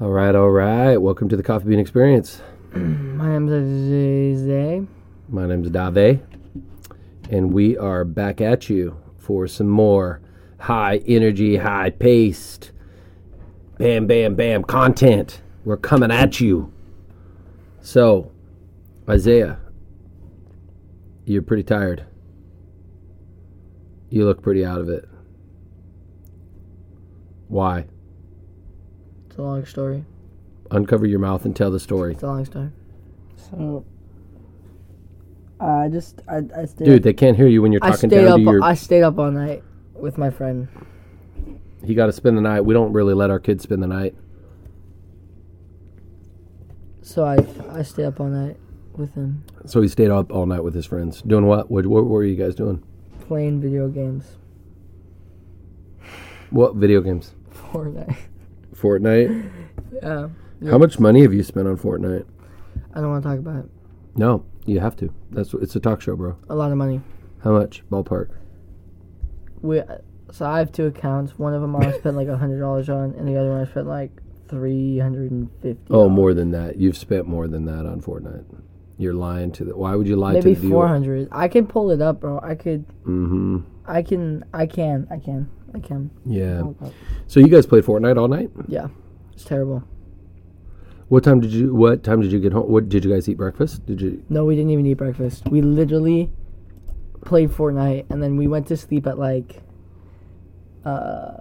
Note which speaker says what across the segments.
Speaker 1: All right, all right. Welcome to the Coffee Bean Experience.
Speaker 2: My name's Jose.
Speaker 1: My name's Dave, and we are back at you for some more high energy, high paced, bam, bam, bam content. We're coming at you. So, Isaiah, you're pretty tired. You look pretty out of it. Why?
Speaker 2: It's a long story.
Speaker 1: Uncover your mouth and tell the story.
Speaker 2: It's a long story.
Speaker 3: So I just I I stayed
Speaker 1: Dude, they can't hear you when you're
Speaker 2: I
Speaker 1: talking
Speaker 2: stayed
Speaker 1: down
Speaker 2: up.
Speaker 1: to your.
Speaker 2: I stayed up all night with my friend.
Speaker 1: He got to spend the night. We don't really let our kids spend the night.
Speaker 2: So I I stayed up all night with him
Speaker 1: So he stayed up all night with his friends. Doing what? What, what were you guys doing?
Speaker 2: playing video games.
Speaker 1: What video games?
Speaker 2: Fortnite.
Speaker 1: Fortnite.
Speaker 2: Yeah.
Speaker 1: How much money have you spent on Fortnite?
Speaker 2: I don't want to talk about it.
Speaker 1: No, you have to. That's what- it's a talk show, bro.
Speaker 2: A lot of money.
Speaker 1: How much? Ballpark.
Speaker 2: We. So I have two accounts. One of them I spent like hundred dollars on, and the other one I spent like three hundred and fifty.
Speaker 1: Oh, more than that. You've spent more than that on Fortnite. You're lying to the. Why would you lie
Speaker 2: Maybe
Speaker 1: to the viewer?
Speaker 2: four hundred. I could pull it up, bro. I could.
Speaker 1: Mm-hmm.
Speaker 2: I can. I can. I can. I can.
Speaker 1: Yeah.
Speaker 2: Look up.
Speaker 1: So you guys played Fortnite all night.
Speaker 2: Yeah. It's terrible.
Speaker 1: What time did you? What time did you get home? What did you guys eat breakfast? Did you?
Speaker 2: No, we didn't even eat breakfast. We literally played Fortnite and then we went to sleep at like uh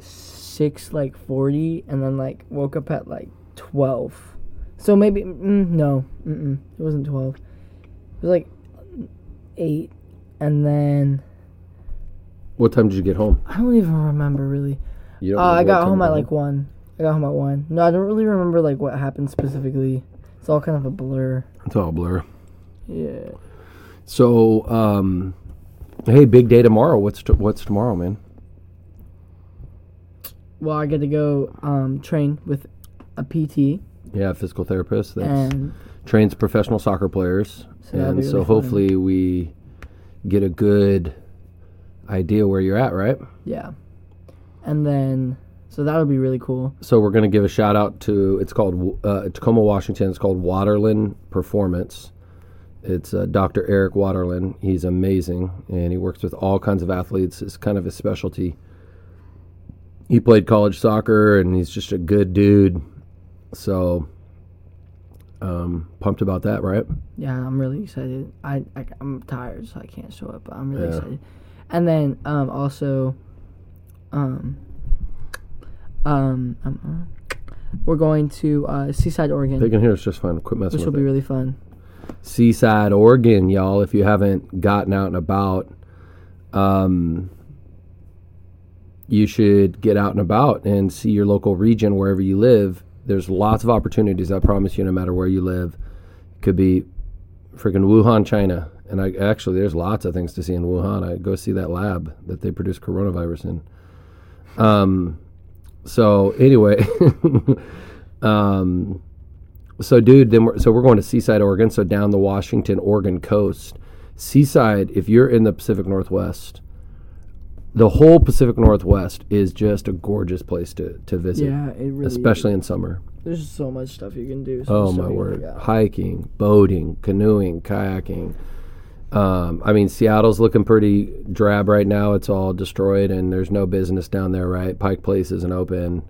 Speaker 2: six like forty and then like woke up at like twelve. So maybe mm, no, mm-mm, it wasn't twelve. It was like eight, and then
Speaker 1: What time did you get home?
Speaker 2: I don't even remember really.
Speaker 1: You don't
Speaker 2: Uh, I
Speaker 1: remember what
Speaker 2: got
Speaker 1: time
Speaker 2: home
Speaker 1: you
Speaker 2: at like one. I got home at one. No, I don't really remember like what happened specifically. It's all kind of a blur.
Speaker 1: It's all a blur.
Speaker 2: Yeah.
Speaker 1: So, um, hey, big day tomorrow. What's t- what's tomorrow, man?
Speaker 2: Well, I get to go um, train with a PT,
Speaker 1: Yeah, physical therapist that
Speaker 2: and
Speaker 1: trains professional soccer players,
Speaker 2: So that'll
Speaker 1: and
Speaker 2: be
Speaker 1: so
Speaker 2: really fun.
Speaker 1: hopefully we get a good idea where you're at, right?
Speaker 2: yeah, and then so that'll be really cool.
Speaker 1: So we're gonna give a shout out to it's called uh, Tacoma, Washington. It's called Waterland Performance. It's uh, Dr. Eric Waterland. He's amazing, and he works with all kinds of athletes. It's kind of his specialty. He played college soccer, and he's just a good dude. So, um, pumped about that, right?
Speaker 2: Yeah, I'm really excited. I, I am tired, so I can't show up, but I'm really
Speaker 1: Yeah.
Speaker 2: excited. And then um, also, um, um, um, uh, we're going to uh, Seaside, Oregon,
Speaker 1: They can hear us just fine. Quit messing
Speaker 2: which will
Speaker 1: with
Speaker 2: be
Speaker 1: it.
Speaker 2: really fun.
Speaker 1: Seaside, Oregon, y'all. If you haven't gotten out and about, um, you should get out and about and see your local region wherever you live. There's lots of opportunities. I promise you, no matter where you live, could be freaking Wuhan, China. And I actually, there's lots of things to see in Wuhan. I go see that lab that they produce coronavirus in. Um, so anyway, um, so dude then we're, so we're going to seaside oregon so down the washington oregon coast seaside if you're in the pacific northwest the whole pacific northwest is just a gorgeous place to, to visit
Speaker 2: Yeah, it really.
Speaker 1: especially in summer
Speaker 2: there's so much stuff you can do. So
Speaker 1: oh
Speaker 2: much
Speaker 1: my
Speaker 2: stuff you can
Speaker 1: word
Speaker 2: check out.
Speaker 1: hiking boating canoeing kayaking um, i mean seattle's looking pretty drab right now it's all destroyed and there's no business down there right pike place isn't open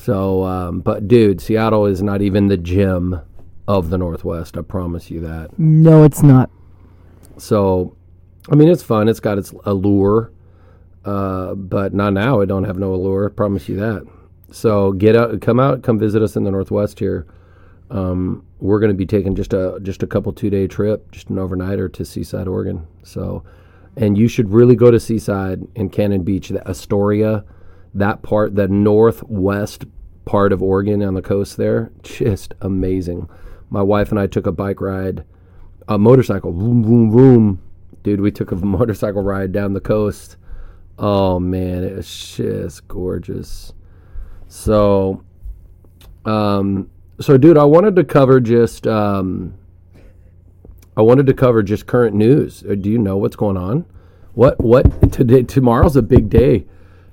Speaker 1: so, um, but dude, Seattle is not even the gem of the Northwest. I promise you that.
Speaker 2: No, it's not.
Speaker 1: So, I mean, it's fun. It's got its allure, uh, but not now. It don't have no allure. I promise you that. So get out, come out, come visit us in the Northwest here. Um, we're going to be taking just a just a couple two day trip, just an overnighter to Seaside, Oregon. So, and you should really go to Seaside and Cannon Beach, the Astoria, that part, the northwest part of Oregon on the coast there, just amazing. My wife and I took a bike ride a motorcycle. Vroom, vroom, vroom. Dude, we took a motorcycle ride down the coast. Oh, man, it was just gorgeous. So, um, so dude, I wanted to cover just, um, I wanted to cover just current news. Uh, Do you know what's going on? What, what, today, tomorrow's a big day.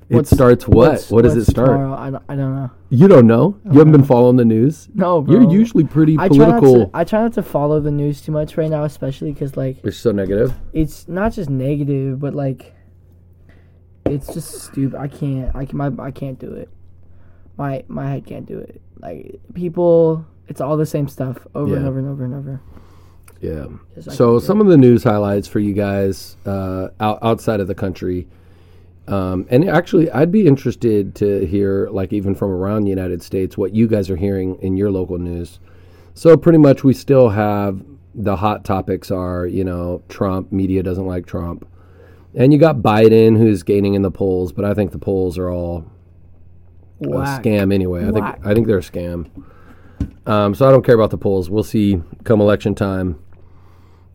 Speaker 1: It
Speaker 2: What's-
Speaker 1: starts what?
Speaker 2: what's-
Speaker 1: What does it
Speaker 2: what's
Speaker 1: start?
Speaker 2: Tomorrow? I, don't, I don't know.
Speaker 1: You don't know. You haven't been following the news.
Speaker 2: No, bro.
Speaker 1: You're usually pretty
Speaker 2: I try, not to,
Speaker 1: political.
Speaker 2: I try not to follow the news too much right now, especially because like
Speaker 1: You're so negative.
Speaker 2: it's not just negative, but like it's just stupid. I can't. I can. My, I can't do it. My my head can't do it. Like people, it's all the same stuff over and
Speaker 1: Yeah.
Speaker 2: over and over and over.
Speaker 1: Yeah.
Speaker 2: Just, I
Speaker 1: So
Speaker 2: can't do
Speaker 1: some of the news highlights for you guys uh, out, outside of the country, um, and actually, I'd be interested to hear, like even from around the United States, what you guys are hearing in your local news. So pretty much, we still have the hot topics are you know Trump media doesn't like Trump, and you got Biden who's gaining in the polls, but I think the polls are all uh,
Speaker 2: it.
Speaker 1: a
Speaker 2: Whack.
Speaker 1: scam anyway. I
Speaker 2: Whack.
Speaker 1: think I think they're a scam. Um, so I don't care about the polls. We'll see come election time.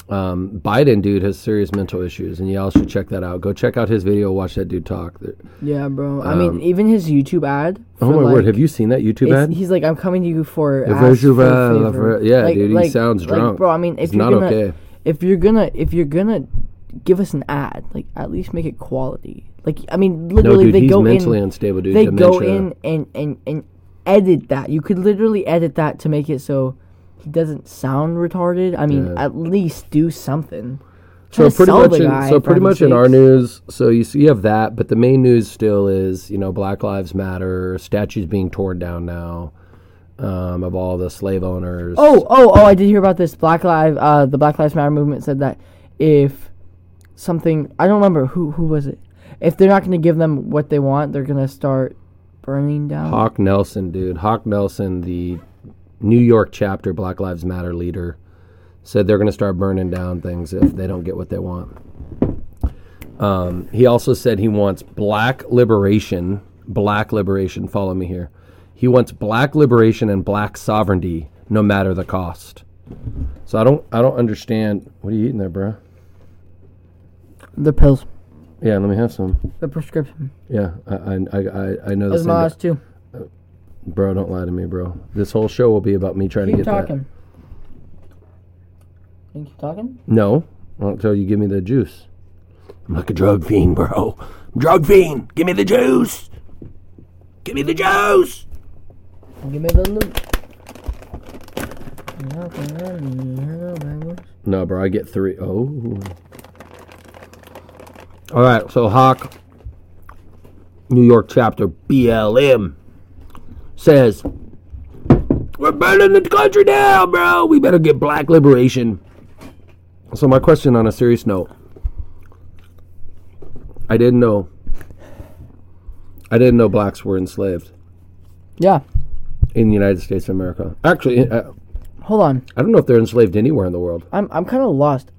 Speaker 1: Um, Biden dude has serious mental issues, and y'all should check that out. Go check out his video. Watch that dude talk. There-
Speaker 2: Yeah, bro. I mean, even his YouTube ad.
Speaker 1: Um, Oh
Speaker 2: for,
Speaker 1: my word!
Speaker 2: like,
Speaker 1: Have you seen that YouTube
Speaker 2: It's-
Speaker 1: ad?
Speaker 2: He's like, I'm coming to you for,
Speaker 1: The
Speaker 2: ask for a
Speaker 1: visual of
Speaker 2: favor."
Speaker 1: her- yeah, dude, he sounds
Speaker 2: like,
Speaker 1: drunk.
Speaker 2: bro. I mean, if
Speaker 1: It's
Speaker 2: you're
Speaker 1: not
Speaker 2: gonna,
Speaker 1: okay.
Speaker 2: if you're gonna, if you're gonna give us an ad, like at least make it quality. Like, I mean,
Speaker 1: No,
Speaker 2: literally,
Speaker 1: dude,
Speaker 2: they
Speaker 1: he's
Speaker 2: go
Speaker 1: mentally
Speaker 2: in,
Speaker 1: unstable, dude.
Speaker 2: they
Speaker 1: dementia.
Speaker 2: go in and and and edit that. You could literally edit that to make it so he doesn't sound retarded. I mean,
Speaker 1: Yeah.
Speaker 2: at least do something. Try
Speaker 1: So
Speaker 2: to
Speaker 1: pretty
Speaker 2: sell
Speaker 1: much,
Speaker 2: the
Speaker 1: in,
Speaker 2: guy,
Speaker 1: so
Speaker 2: for
Speaker 1: pretty much
Speaker 2: heaven's
Speaker 1: in our
Speaker 2: sakes.
Speaker 1: news. So you see, you have that, but the main news still is you know Black Lives Matter statues being torn down now um, of all the slave owners.
Speaker 2: Oh, oh, oh! I did hear about this. Black Lives, uh, the Black Lives Matter movement said that if something, I don't remember who who was it. If they're not going to give them what they want, they're going to start burning down.
Speaker 1: Hawk Nelson, dude. Hawk Nelson, the New York chapter Black Lives Matter leader, said they're going to start burning down things if they don't get what they want. Um, he also said he wants black liberation. Black liberation. Follow me here. He wants black liberation and black sovereignty, no matter the cost. So I don't, I don't understand. What are you eating there, bro?
Speaker 2: The pills,
Speaker 1: Yeah, let me have some.
Speaker 2: the prescription.
Speaker 1: Yeah, I, I, I, I- I know
Speaker 2: That's
Speaker 1: this.
Speaker 2: my last two.
Speaker 1: Bro, don't lie to me, bro. This whole show will be about me trying to
Speaker 2: Keep
Speaker 1: get that.
Speaker 2: talking. You keep talking.
Speaker 1: No, not until you give me the juice. I'm like a drug fiend, bro. Drug fiend, give me the juice. Give me the juice.
Speaker 2: Give me the loot.
Speaker 1: No, bro, I get three. Oh. All right, so Hawk, New York chapter BLM says, We're burning the country down, bro. We better get black liberation. So, my question on a serious note I didn't know. I didn't know blacks were enslaved
Speaker 2: Yeah.
Speaker 1: in the United States of America. Actually, I,
Speaker 2: Hold on.
Speaker 1: I don't know if they're enslaved anywhere in the world.
Speaker 2: I'm I'm kind of lost.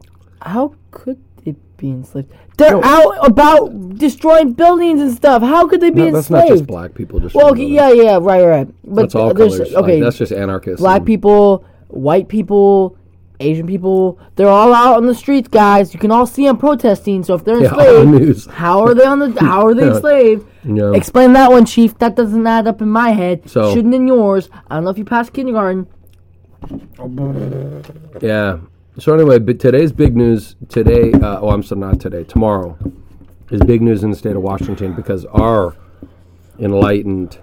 Speaker 2: How could it be enslaved? They're out about destroying buildings and stuff. How could they be
Speaker 1: No,
Speaker 2: enslaved?
Speaker 1: that's not just black people. Just
Speaker 2: Well, okay,
Speaker 1: remember
Speaker 2: yeah,
Speaker 1: that.
Speaker 2: yeah, right, right. But
Speaker 1: that's all
Speaker 2: there's
Speaker 1: colors. Like,
Speaker 2: okay,
Speaker 1: that's just anarchists.
Speaker 2: black
Speaker 1: and-
Speaker 2: people, white people, Asian people. They're all out on the streets, guys. You can all see them protesting. So if they're
Speaker 1: Yeah, on the
Speaker 2: enslaved,
Speaker 1: news.
Speaker 2: how are they on the? How are they
Speaker 1: Yeah.
Speaker 2: enslaved?
Speaker 1: No.
Speaker 2: Explain that one, Chief. That doesn't add up in my head.
Speaker 1: So-
Speaker 2: Shouldn't in yours. I don't know if you passed kindergarten.
Speaker 1: Yeah. So anyway, but today's big news today. Uh, oh, I'm sorry, not today. Tomorrow is big news in the state of Washington because our enlightened,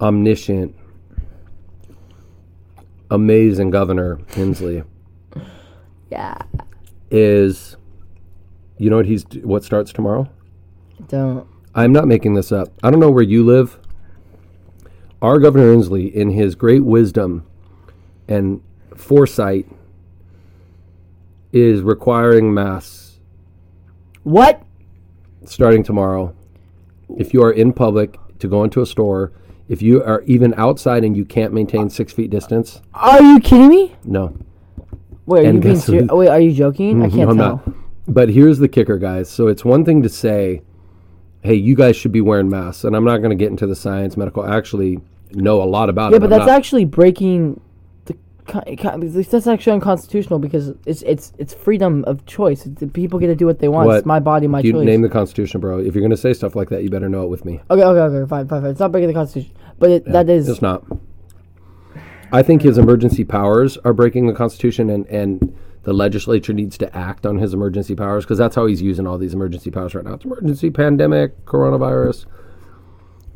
Speaker 1: omniscient, amazing governor Inslee
Speaker 2: Yeah.
Speaker 1: is. You know what he's what starts tomorrow?
Speaker 2: Don't.
Speaker 1: I'm not making this up. I don't know where you live. Our Governor Inslee, in his great wisdom and foresight, is requiring masks
Speaker 2: What?
Speaker 1: starting tomorrow. If you are in public, to go into a store, if you are even outside and you can't maintain six feet distance,
Speaker 2: Are you kidding me?
Speaker 1: no.
Speaker 2: Wait, are
Speaker 1: And
Speaker 2: you being
Speaker 1: guess
Speaker 2: serious?
Speaker 1: who-
Speaker 2: Oh, wait, are you joking? I can't
Speaker 1: I'm
Speaker 2: tell.
Speaker 1: not. But here's the kicker, guys. So it's one thing to say, hey, you guys should be wearing masks. And I'm not going to get into the science, medical. I actually know a lot about
Speaker 2: Yeah,
Speaker 1: it.
Speaker 2: but
Speaker 1: I'm
Speaker 2: that's
Speaker 1: not-
Speaker 2: actually breaking the. con- con- That's actually unconstitutional because it's it's it's freedom of choice. It's- people get to do what they want. It's
Speaker 1: What?
Speaker 2: my body, my
Speaker 1: Do you
Speaker 2: choice.
Speaker 1: name the Constitution, bro. If you're going to say stuff like that, you better know it with me.
Speaker 2: okay, okay, okay, fine, fine, fine. It's not breaking the constitution, but it, that is
Speaker 1: It's not. I think his emergency powers are breaking the Constitution, and, and The legislature needs to act on his emergency powers because that's how he's using all these emergency powers right now. It's emergency pandemic, coronavirus.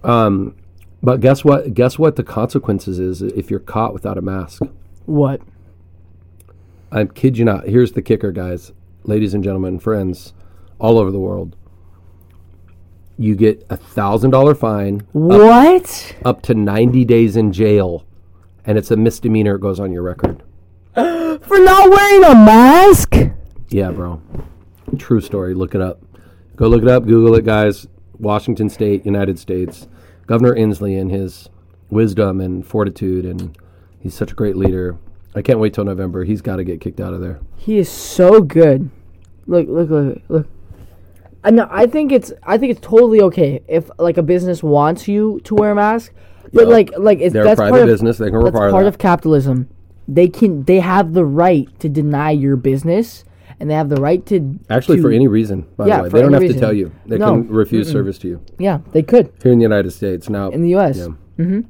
Speaker 1: Um, but guess what? Guess what the consequences is if you're caught without a mask.
Speaker 2: What?
Speaker 1: I kid you not. Here's the kicker, guys, ladies and gentlemen, friends, all over the world. You get a thousand dollar fine,
Speaker 2: What?
Speaker 1: up to ninety days in jail, and it's a misdemeanor. It goes on your record.
Speaker 2: For not wearing a mask?
Speaker 1: Yeah, bro. True story. Look it up. Go look it up. Google it, guys. Washington State, United States. Governor Inslee and his wisdom and fortitude, and he's such a great leader. I can't wait till November. He's got to get kicked out of there.
Speaker 2: He is so good. Look, look, look, look. I know. I think it's. I think it's totally okay if like a business wants you to wear a mask, but
Speaker 1: Yup.
Speaker 2: like, like it's
Speaker 1: They're
Speaker 2: that's
Speaker 1: a private
Speaker 2: part of,
Speaker 1: business. They can
Speaker 2: That's
Speaker 1: require
Speaker 2: part
Speaker 1: that.
Speaker 2: of capitalism. They can. They have the right to deny your business, and they have the right to
Speaker 1: Actually,
Speaker 2: to-
Speaker 1: for any reason, by
Speaker 2: Yeah,
Speaker 1: the way.
Speaker 2: for
Speaker 1: They don't
Speaker 2: any
Speaker 1: have to
Speaker 2: reason.
Speaker 1: tell you. They
Speaker 2: No.
Speaker 1: can refuse service to you.
Speaker 2: Yeah, they could
Speaker 1: Here in the United States. Now,
Speaker 2: in the U.S.
Speaker 1: Yeah.
Speaker 2: hmm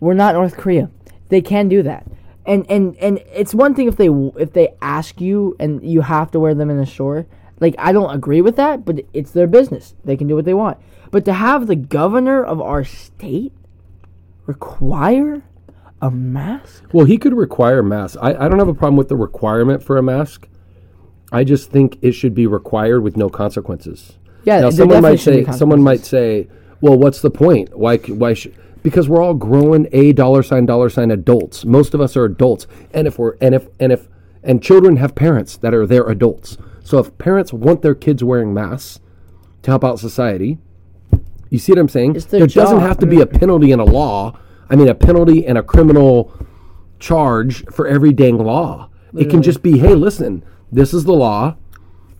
Speaker 2: We're not North Korea. They can do that, and and and it's one thing if they w- if they ask you and you have to wear them in the store. Like I don't agree with that, but it's their business. They can do what they want. But to have the governor of our state require a mask,
Speaker 1: Well, he could require masks. I, I don't have a problem with the requirement for a mask. I just think it should be required with no consequences.
Speaker 2: Yeah,
Speaker 1: Now,
Speaker 2: there
Speaker 1: someone
Speaker 2: definitely
Speaker 1: might
Speaker 2: should be
Speaker 1: say, someone might say, well, what's the point? Why? c- Why should? Because we're all growing a dollar sign dollar sign adults. Most of us are adults, and if we're and if and if and children have parents that are their adults. So if parents want their kids wearing masks to help out society, you see what I'm saying?
Speaker 2: It's their
Speaker 1: there doesn't
Speaker 2: job.
Speaker 1: have to be a penalty and a law. I mean, a penalty and a criminal charge for every dang law. It can just be, hey, listen, this is the law,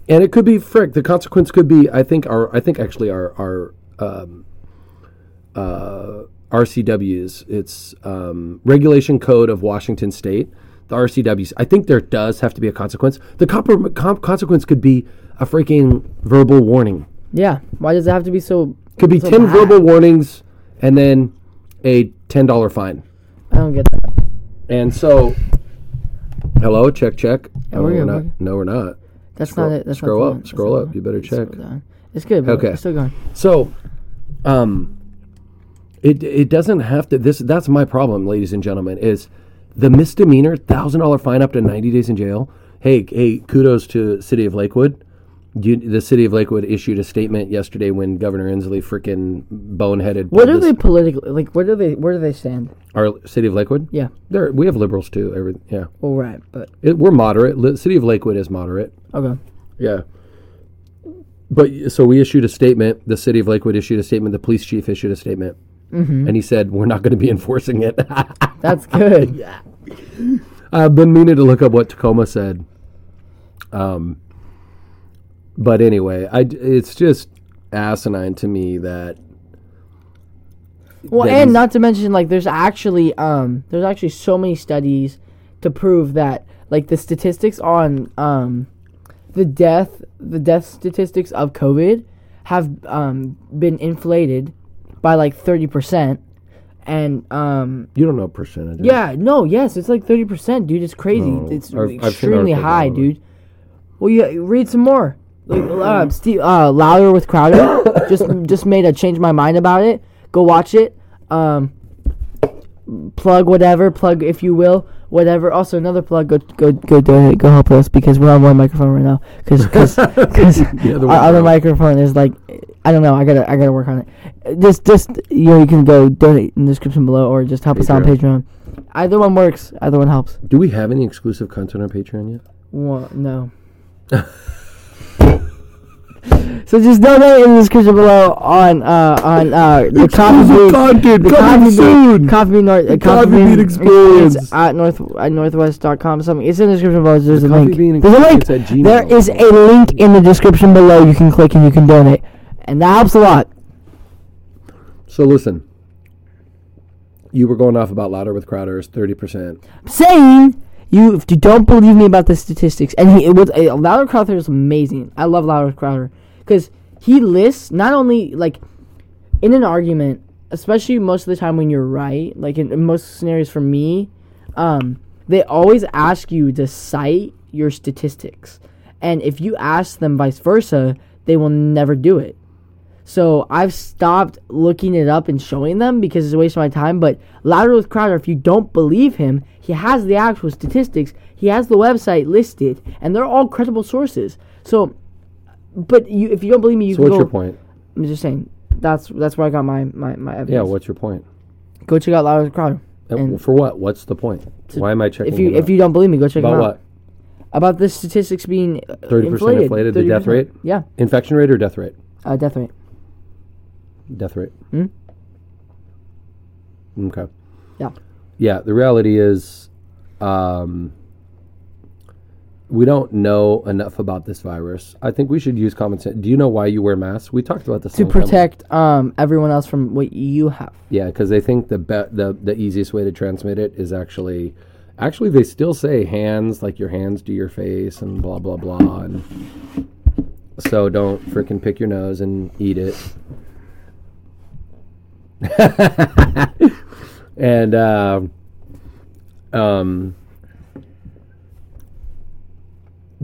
Speaker 1: and it could be frick. The consequence could be, I think our, I think actually our our um, uh, RCWs, it's um, Regulation Code of Washington State, the RCWs. I think there does have to be a consequence. The comp- comp- consequence could be a freaking verbal warning.
Speaker 2: yeah. Why does it have to be so?
Speaker 1: Could be
Speaker 2: so
Speaker 1: ten
Speaker 2: bad?
Speaker 1: verbal warnings and then a ten dollar fine.
Speaker 2: I don't get that.
Speaker 1: And so, hello, check check.
Speaker 2: Yeah, we're
Speaker 1: Oh,
Speaker 2: good,
Speaker 1: not-
Speaker 2: we're good.
Speaker 1: No, we're not.
Speaker 2: That's
Speaker 1: Scroll-
Speaker 2: not it. That's
Speaker 1: scroll
Speaker 2: not the
Speaker 1: up,
Speaker 2: one. That's
Speaker 1: scroll
Speaker 2: not the
Speaker 1: up.
Speaker 2: one.
Speaker 1: You better
Speaker 2: That's not
Speaker 1: check.
Speaker 2: the one. It's good. But
Speaker 1: Okay.
Speaker 2: okay, it's still going.
Speaker 1: So, um, it it doesn't have to. This that's my problem, ladies and gentlemen. Is the misdemeanor thousand dollar fine up to ninety days in jail? Hey, hey, kudos to City of Lakewood. You, the City of Lakewood issued a statement yesterday when Governor Inslee freaking boneheaded.
Speaker 2: What are they politically like? What do they? Where do they stand?
Speaker 1: Our City of Lakewood.
Speaker 2: Yeah.
Speaker 1: There we have liberals too. Every yeah,
Speaker 2: Well, right, but
Speaker 1: it, we're moderate. Li- City of Lakewood is moderate.
Speaker 2: okay.
Speaker 1: Yeah. But so we issued a statement. The city of Lakewood issued a statement. The police chief issued a statement,
Speaker 2: Mm-hmm.
Speaker 1: and he said, "We're not going to be enforcing it."
Speaker 2: That's good. yeah.
Speaker 1: I've been meaning to look up what Tacoma said. Um. But anyway, I d- it's just asinine to me that
Speaker 2: Well,
Speaker 1: That
Speaker 2: and
Speaker 1: is-
Speaker 2: not to mention, like, there's actually um, there's actually so many studies to prove that, like, the statistics on um, the death, the death statistics of COVID have um been inflated by like thirty percent, and um,
Speaker 1: you don't know percentages.
Speaker 2: yeah, no, yes, it's like thirty percent, dude. It's crazy.
Speaker 1: No,
Speaker 2: it's
Speaker 1: I've- I've seen
Speaker 2: extremely
Speaker 1: articles
Speaker 2: high,
Speaker 1: about it.
Speaker 2: dude. Well, yeah, read some more. Like, uh, Steve uh, Louder with Crowder just just made a change my mind about it. Go watch it. Um, plug whatever, plug if you will, whatever. Also, another plug. Go go go donate. Go help us because we're on one microphone right now. Because because
Speaker 1: other
Speaker 2: our
Speaker 1: one's
Speaker 2: other
Speaker 1: out.
Speaker 2: microphone is like I don't know. I gotta I gotta work on it. Uh, Just just you know you can go donate in the description below or just help us out on Patreon. Either one works. Either one helps.
Speaker 1: Do we have any exclusive content on Patreon yet?
Speaker 2: Well, no. so just donate in the description below on uh on uh the coffee
Speaker 1: Exclusive
Speaker 2: bean,
Speaker 1: content
Speaker 2: the
Speaker 1: coming
Speaker 2: coffee
Speaker 1: soon.
Speaker 2: bean, coffee bean, North, uh,
Speaker 1: Coffee
Speaker 2: coffee
Speaker 1: Bean
Speaker 2: bean
Speaker 1: Experience.
Speaker 2: experience at north at northwest.com something. It's in the description below. There's
Speaker 1: The
Speaker 2: a
Speaker 1: Coffee
Speaker 2: link.
Speaker 1: Bean
Speaker 2: There's a link.
Speaker 1: Experience at
Speaker 2: There
Speaker 1: gmail.
Speaker 2: is a link in the description below. You can click and you can donate, and that helps a lot.
Speaker 1: So listen, you were going off about louder with Crowder's thirty percent.
Speaker 2: saying you if you don't believe me about the statistics and he it was uh, Louder Crowther is amazing. I love Louder Crowther because he lists not only like in an argument, especially most of the time when you're right, like in, in most scenarios for me, um, they always ask you to cite your statistics. And if you ask them vice versa, they will never do it. So I've stopped looking it up and showing them because it's a waste of my time. But Louder with Crowder, if you don't believe him, he has the actual statistics. He has the website listed, and they're all credible sources. So, but you, if you don't believe me, you
Speaker 1: So
Speaker 2: can
Speaker 1: what's
Speaker 2: go.
Speaker 1: your point?
Speaker 2: I'm just saying. That's that's where I got my my my evidence.
Speaker 1: Yeah, what's your point?
Speaker 2: go check out Louder with Crowder.
Speaker 1: And
Speaker 2: And-
Speaker 1: for what? What's the point? Why am I checking?
Speaker 2: If you
Speaker 1: it
Speaker 2: if
Speaker 1: out?
Speaker 2: you don't believe me, go check
Speaker 1: about
Speaker 2: him out.
Speaker 1: what?
Speaker 2: About the statistics being
Speaker 1: 30%
Speaker 2: thirty inflated.
Speaker 1: inflated, the death
Speaker 2: 30%.
Speaker 1: rate?
Speaker 2: Yeah,
Speaker 1: Infection rate or death rate?
Speaker 2: uh, death rate.
Speaker 1: Death rate.
Speaker 2: Hmm?
Speaker 1: Okay.
Speaker 2: Yeah.
Speaker 1: Yeah. The reality is, um, we don't know enough about this virus. I think we should use common sense. Do you know why you wear masks? We talked about this a
Speaker 2: To
Speaker 1: long time ago.
Speaker 2: protect um everyone else from what you have.
Speaker 1: Yeah, because they think the be- the the easiest way to transmit it is actually, actually they still say hands like your hands do your face and blah blah blah and so don't freaking pick your nose and eat it. and um um,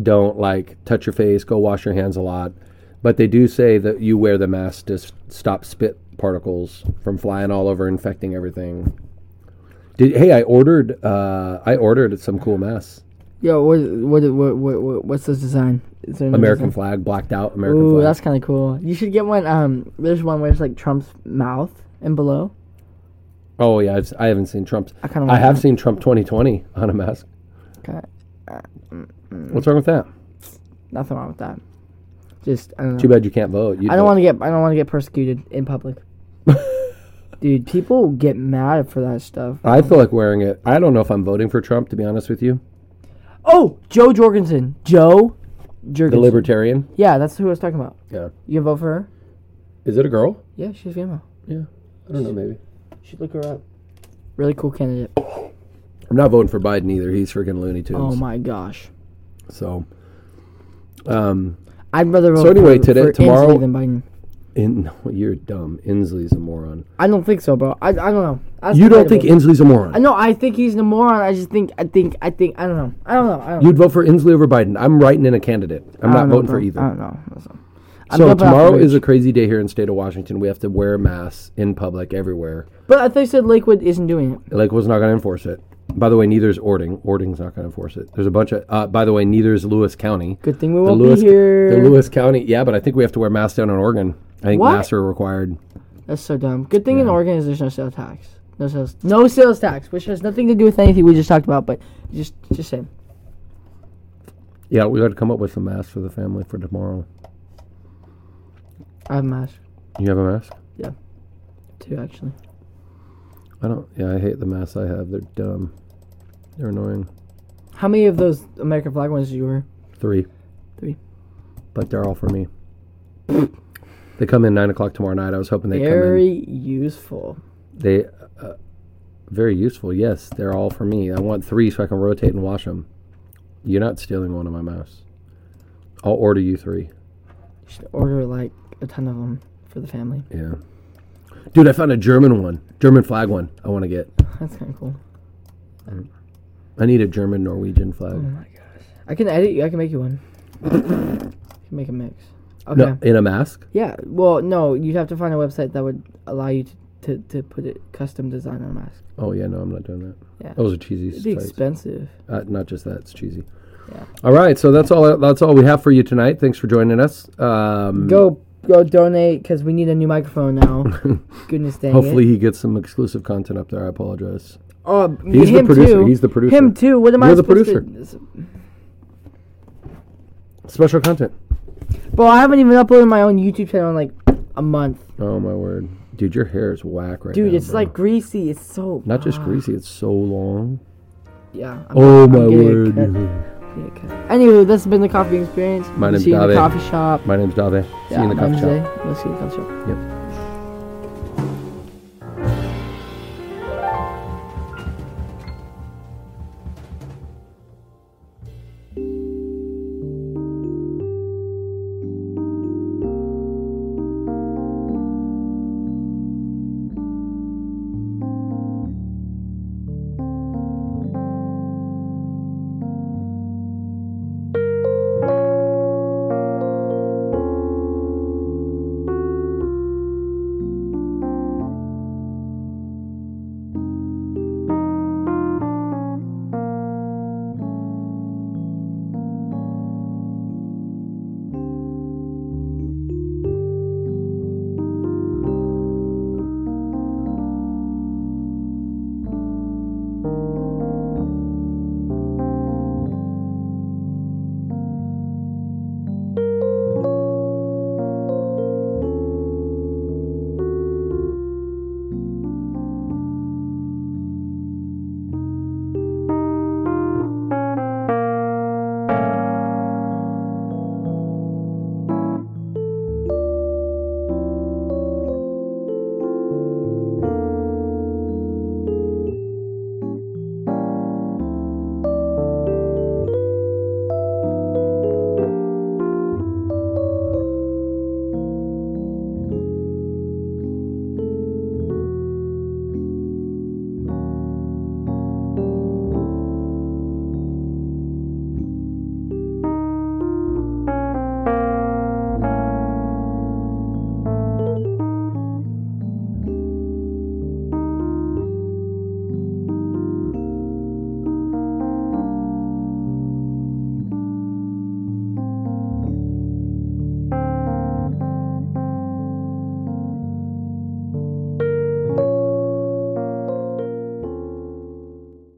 Speaker 1: don't like touch your face. Go wash your hands a lot. But they do say that you wear the mask to s- stop spit particles from flying all over, infecting everything. Did hey, I ordered uh, I ordered some cool masks.
Speaker 2: Yo, what what what, what, what what's this design? Is there another
Speaker 1: American
Speaker 2: design?
Speaker 1: flag blacked out. American
Speaker 2: Mm-hmm. Ooh,
Speaker 1: flag.
Speaker 2: that's kind of cool. You should get one. Um, there's one where it's like Trump's mouth and below.
Speaker 1: oh yeah, I've, s- I haven't seen Trump's.
Speaker 2: I kind of.
Speaker 1: I have seen Trump 2020 on a mask. What's wrong with that?
Speaker 2: nothing wrong with that. Just I don't know.
Speaker 1: Too bad you can't vote. You
Speaker 2: I don't want to get I don't want to get persecuted in public. Dude, people get mad for that stuff.
Speaker 1: I feel like wearing it. I don't know if I'm voting for Trump, to be honest with you.
Speaker 2: Oh, Joe Jorgensen. Joe
Speaker 1: The
Speaker 2: Jorgensen.
Speaker 1: libertarian.
Speaker 2: yeah, that's who I was talking about.
Speaker 1: Yeah.
Speaker 2: You can vote for her?
Speaker 1: Is it a girl?
Speaker 2: Yeah, she's female.
Speaker 1: Yeah. I don't know, maybe.
Speaker 2: Should look her up. Really cool candidate.
Speaker 1: I'm not voting for Biden either. He's freaking Looney Tunes.
Speaker 2: Oh my gosh.
Speaker 1: So, um,
Speaker 2: I'd rather vote
Speaker 1: So anyway,
Speaker 2: for,
Speaker 1: today-
Speaker 2: for Inslee
Speaker 1: tomorrow-
Speaker 2: than Biden.
Speaker 1: in, no, you're dumb. Inslee's a moron.
Speaker 2: I don't think so, bro. I, I don't know. That's
Speaker 1: You don't think
Speaker 2: debatable.
Speaker 1: Inslee's a moron?
Speaker 2: I know. I think he's the moron. I just think. I think. I think. I don't know. I don't know. I don't. know.
Speaker 1: You'd vote for Inslee over Biden. I'm writing in a candidate. I'm
Speaker 2: I
Speaker 1: not
Speaker 2: don't know,
Speaker 1: voting for
Speaker 2: bro. I
Speaker 1: either.
Speaker 2: don't know. That's not- I'm
Speaker 1: So
Speaker 2: not about
Speaker 1: tomorrow
Speaker 2: to-
Speaker 1: is a crazy day here in the state of Washington. We have to wear masks in public everywhere.
Speaker 2: But I thought you said Lakewood isn't doing it.
Speaker 1: Lake was not going to enforce it. By the way, neither is Ording. Ording's not going to enforce it. There's a bunch of. Uh, by the way, neither is Lewis County.
Speaker 2: Good thing we
Speaker 1: The
Speaker 2: won't
Speaker 1: Lewis,
Speaker 2: be here.
Speaker 1: the Lewis County. Yeah, but I think we have to wear masks down in Oregon. I think
Speaker 2: What?
Speaker 1: masks are required.
Speaker 2: That's so dumb. Good thing in Oregon is there's no sales tax. No sales. No sales tax, which has nothing to do with anything we just talked about. But just, just saying.
Speaker 1: Yeah, we got to come up with some masks for the family for tomorrow.
Speaker 2: I have a mask
Speaker 1: You have a mask?
Speaker 2: too, actually.
Speaker 1: I don't. Yeah, I hate the masks I have. They're dumb. They're annoying.
Speaker 2: How many of those American flag ones did you wear?
Speaker 1: Three.
Speaker 2: Three.
Speaker 1: But they're all for me. they come in nine o'clock tomorrow night. I was hoping they come in.
Speaker 2: Very useful.
Speaker 1: They uh, very useful. Yes, they're all for me. I want three so I can rotate and wash them. You're not stealing one of my masks. I'll order you three.
Speaker 2: You should order like a ton of them for the family.
Speaker 1: Yeah. Dude, I found a German one. German flag one. I want to get.
Speaker 2: That's kind of cool.
Speaker 1: I need a German Norwegian flag.
Speaker 2: Oh my gosh. I can edit you. I can make you one. I can make a mix. Okay.
Speaker 1: No, in a mask.
Speaker 2: Yeah. Well, no, you'd have to find a website that would allow you to, to, to put it custom design on a mask.
Speaker 1: Oh yeah, no, I'm not doing that.
Speaker 2: Yeah.
Speaker 1: Those are cheesy.
Speaker 2: It'd be
Speaker 1: sites.
Speaker 2: expensive.
Speaker 1: Uh, not just that; it's cheesy.
Speaker 2: Yeah.
Speaker 1: All right, so that's all. That's all we have for you tonight. Thanks for joining us. Um,
Speaker 2: Go go donate because we need a new microphone now. Goodness dang
Speaker 1: Hopefully,
Speaker 2: it.
Speaker 1: he gets some exclusive content up there. I apologize.
Speaker 2: Oh,
Speaker 1: He's
Speaker 2: him
Speaker 1: the producer.
Speaker 2: Too.
Speaker 1: He's the producer.
Speaker 2: Him too. What am I
Speaker 1: You're the
Speaker 2: supposed to?
Speaker 1: Special content.
Speaker 2: Bro, I haven't even uploaded my own YouTube channel in like a month.
Speaker 1: Oh my word, dude, your hair is whack right now,
Speaker 2: Dude, it's
Speaker 1: bro.
Speaker 2: like greasy. It's so
Speaker 1: not just
Speaker 2: ah,
Speaker 1: greasy; it's so long.
Speaker 2: Yeah. I'm-
Speaker 1: Oh
Speaker 2: I'm
Speaker 1: my
Speaker 2: getting a
Speaker 1: word.
Speaker 2: cut. Getting a cut. Anywho, that's been the coffee experience.
Speaker 1: My
Speaker 2: We'll
Speaker 1: name's
Speaker 2: See you in the
Speaker 1: Dave.
Speaker 2: coffee shop.
Speaker 1: My name's Dave. See you in the coffee shop.
Speaker 2: We'll see you in the coffee shop.
Speaker 1: Yep.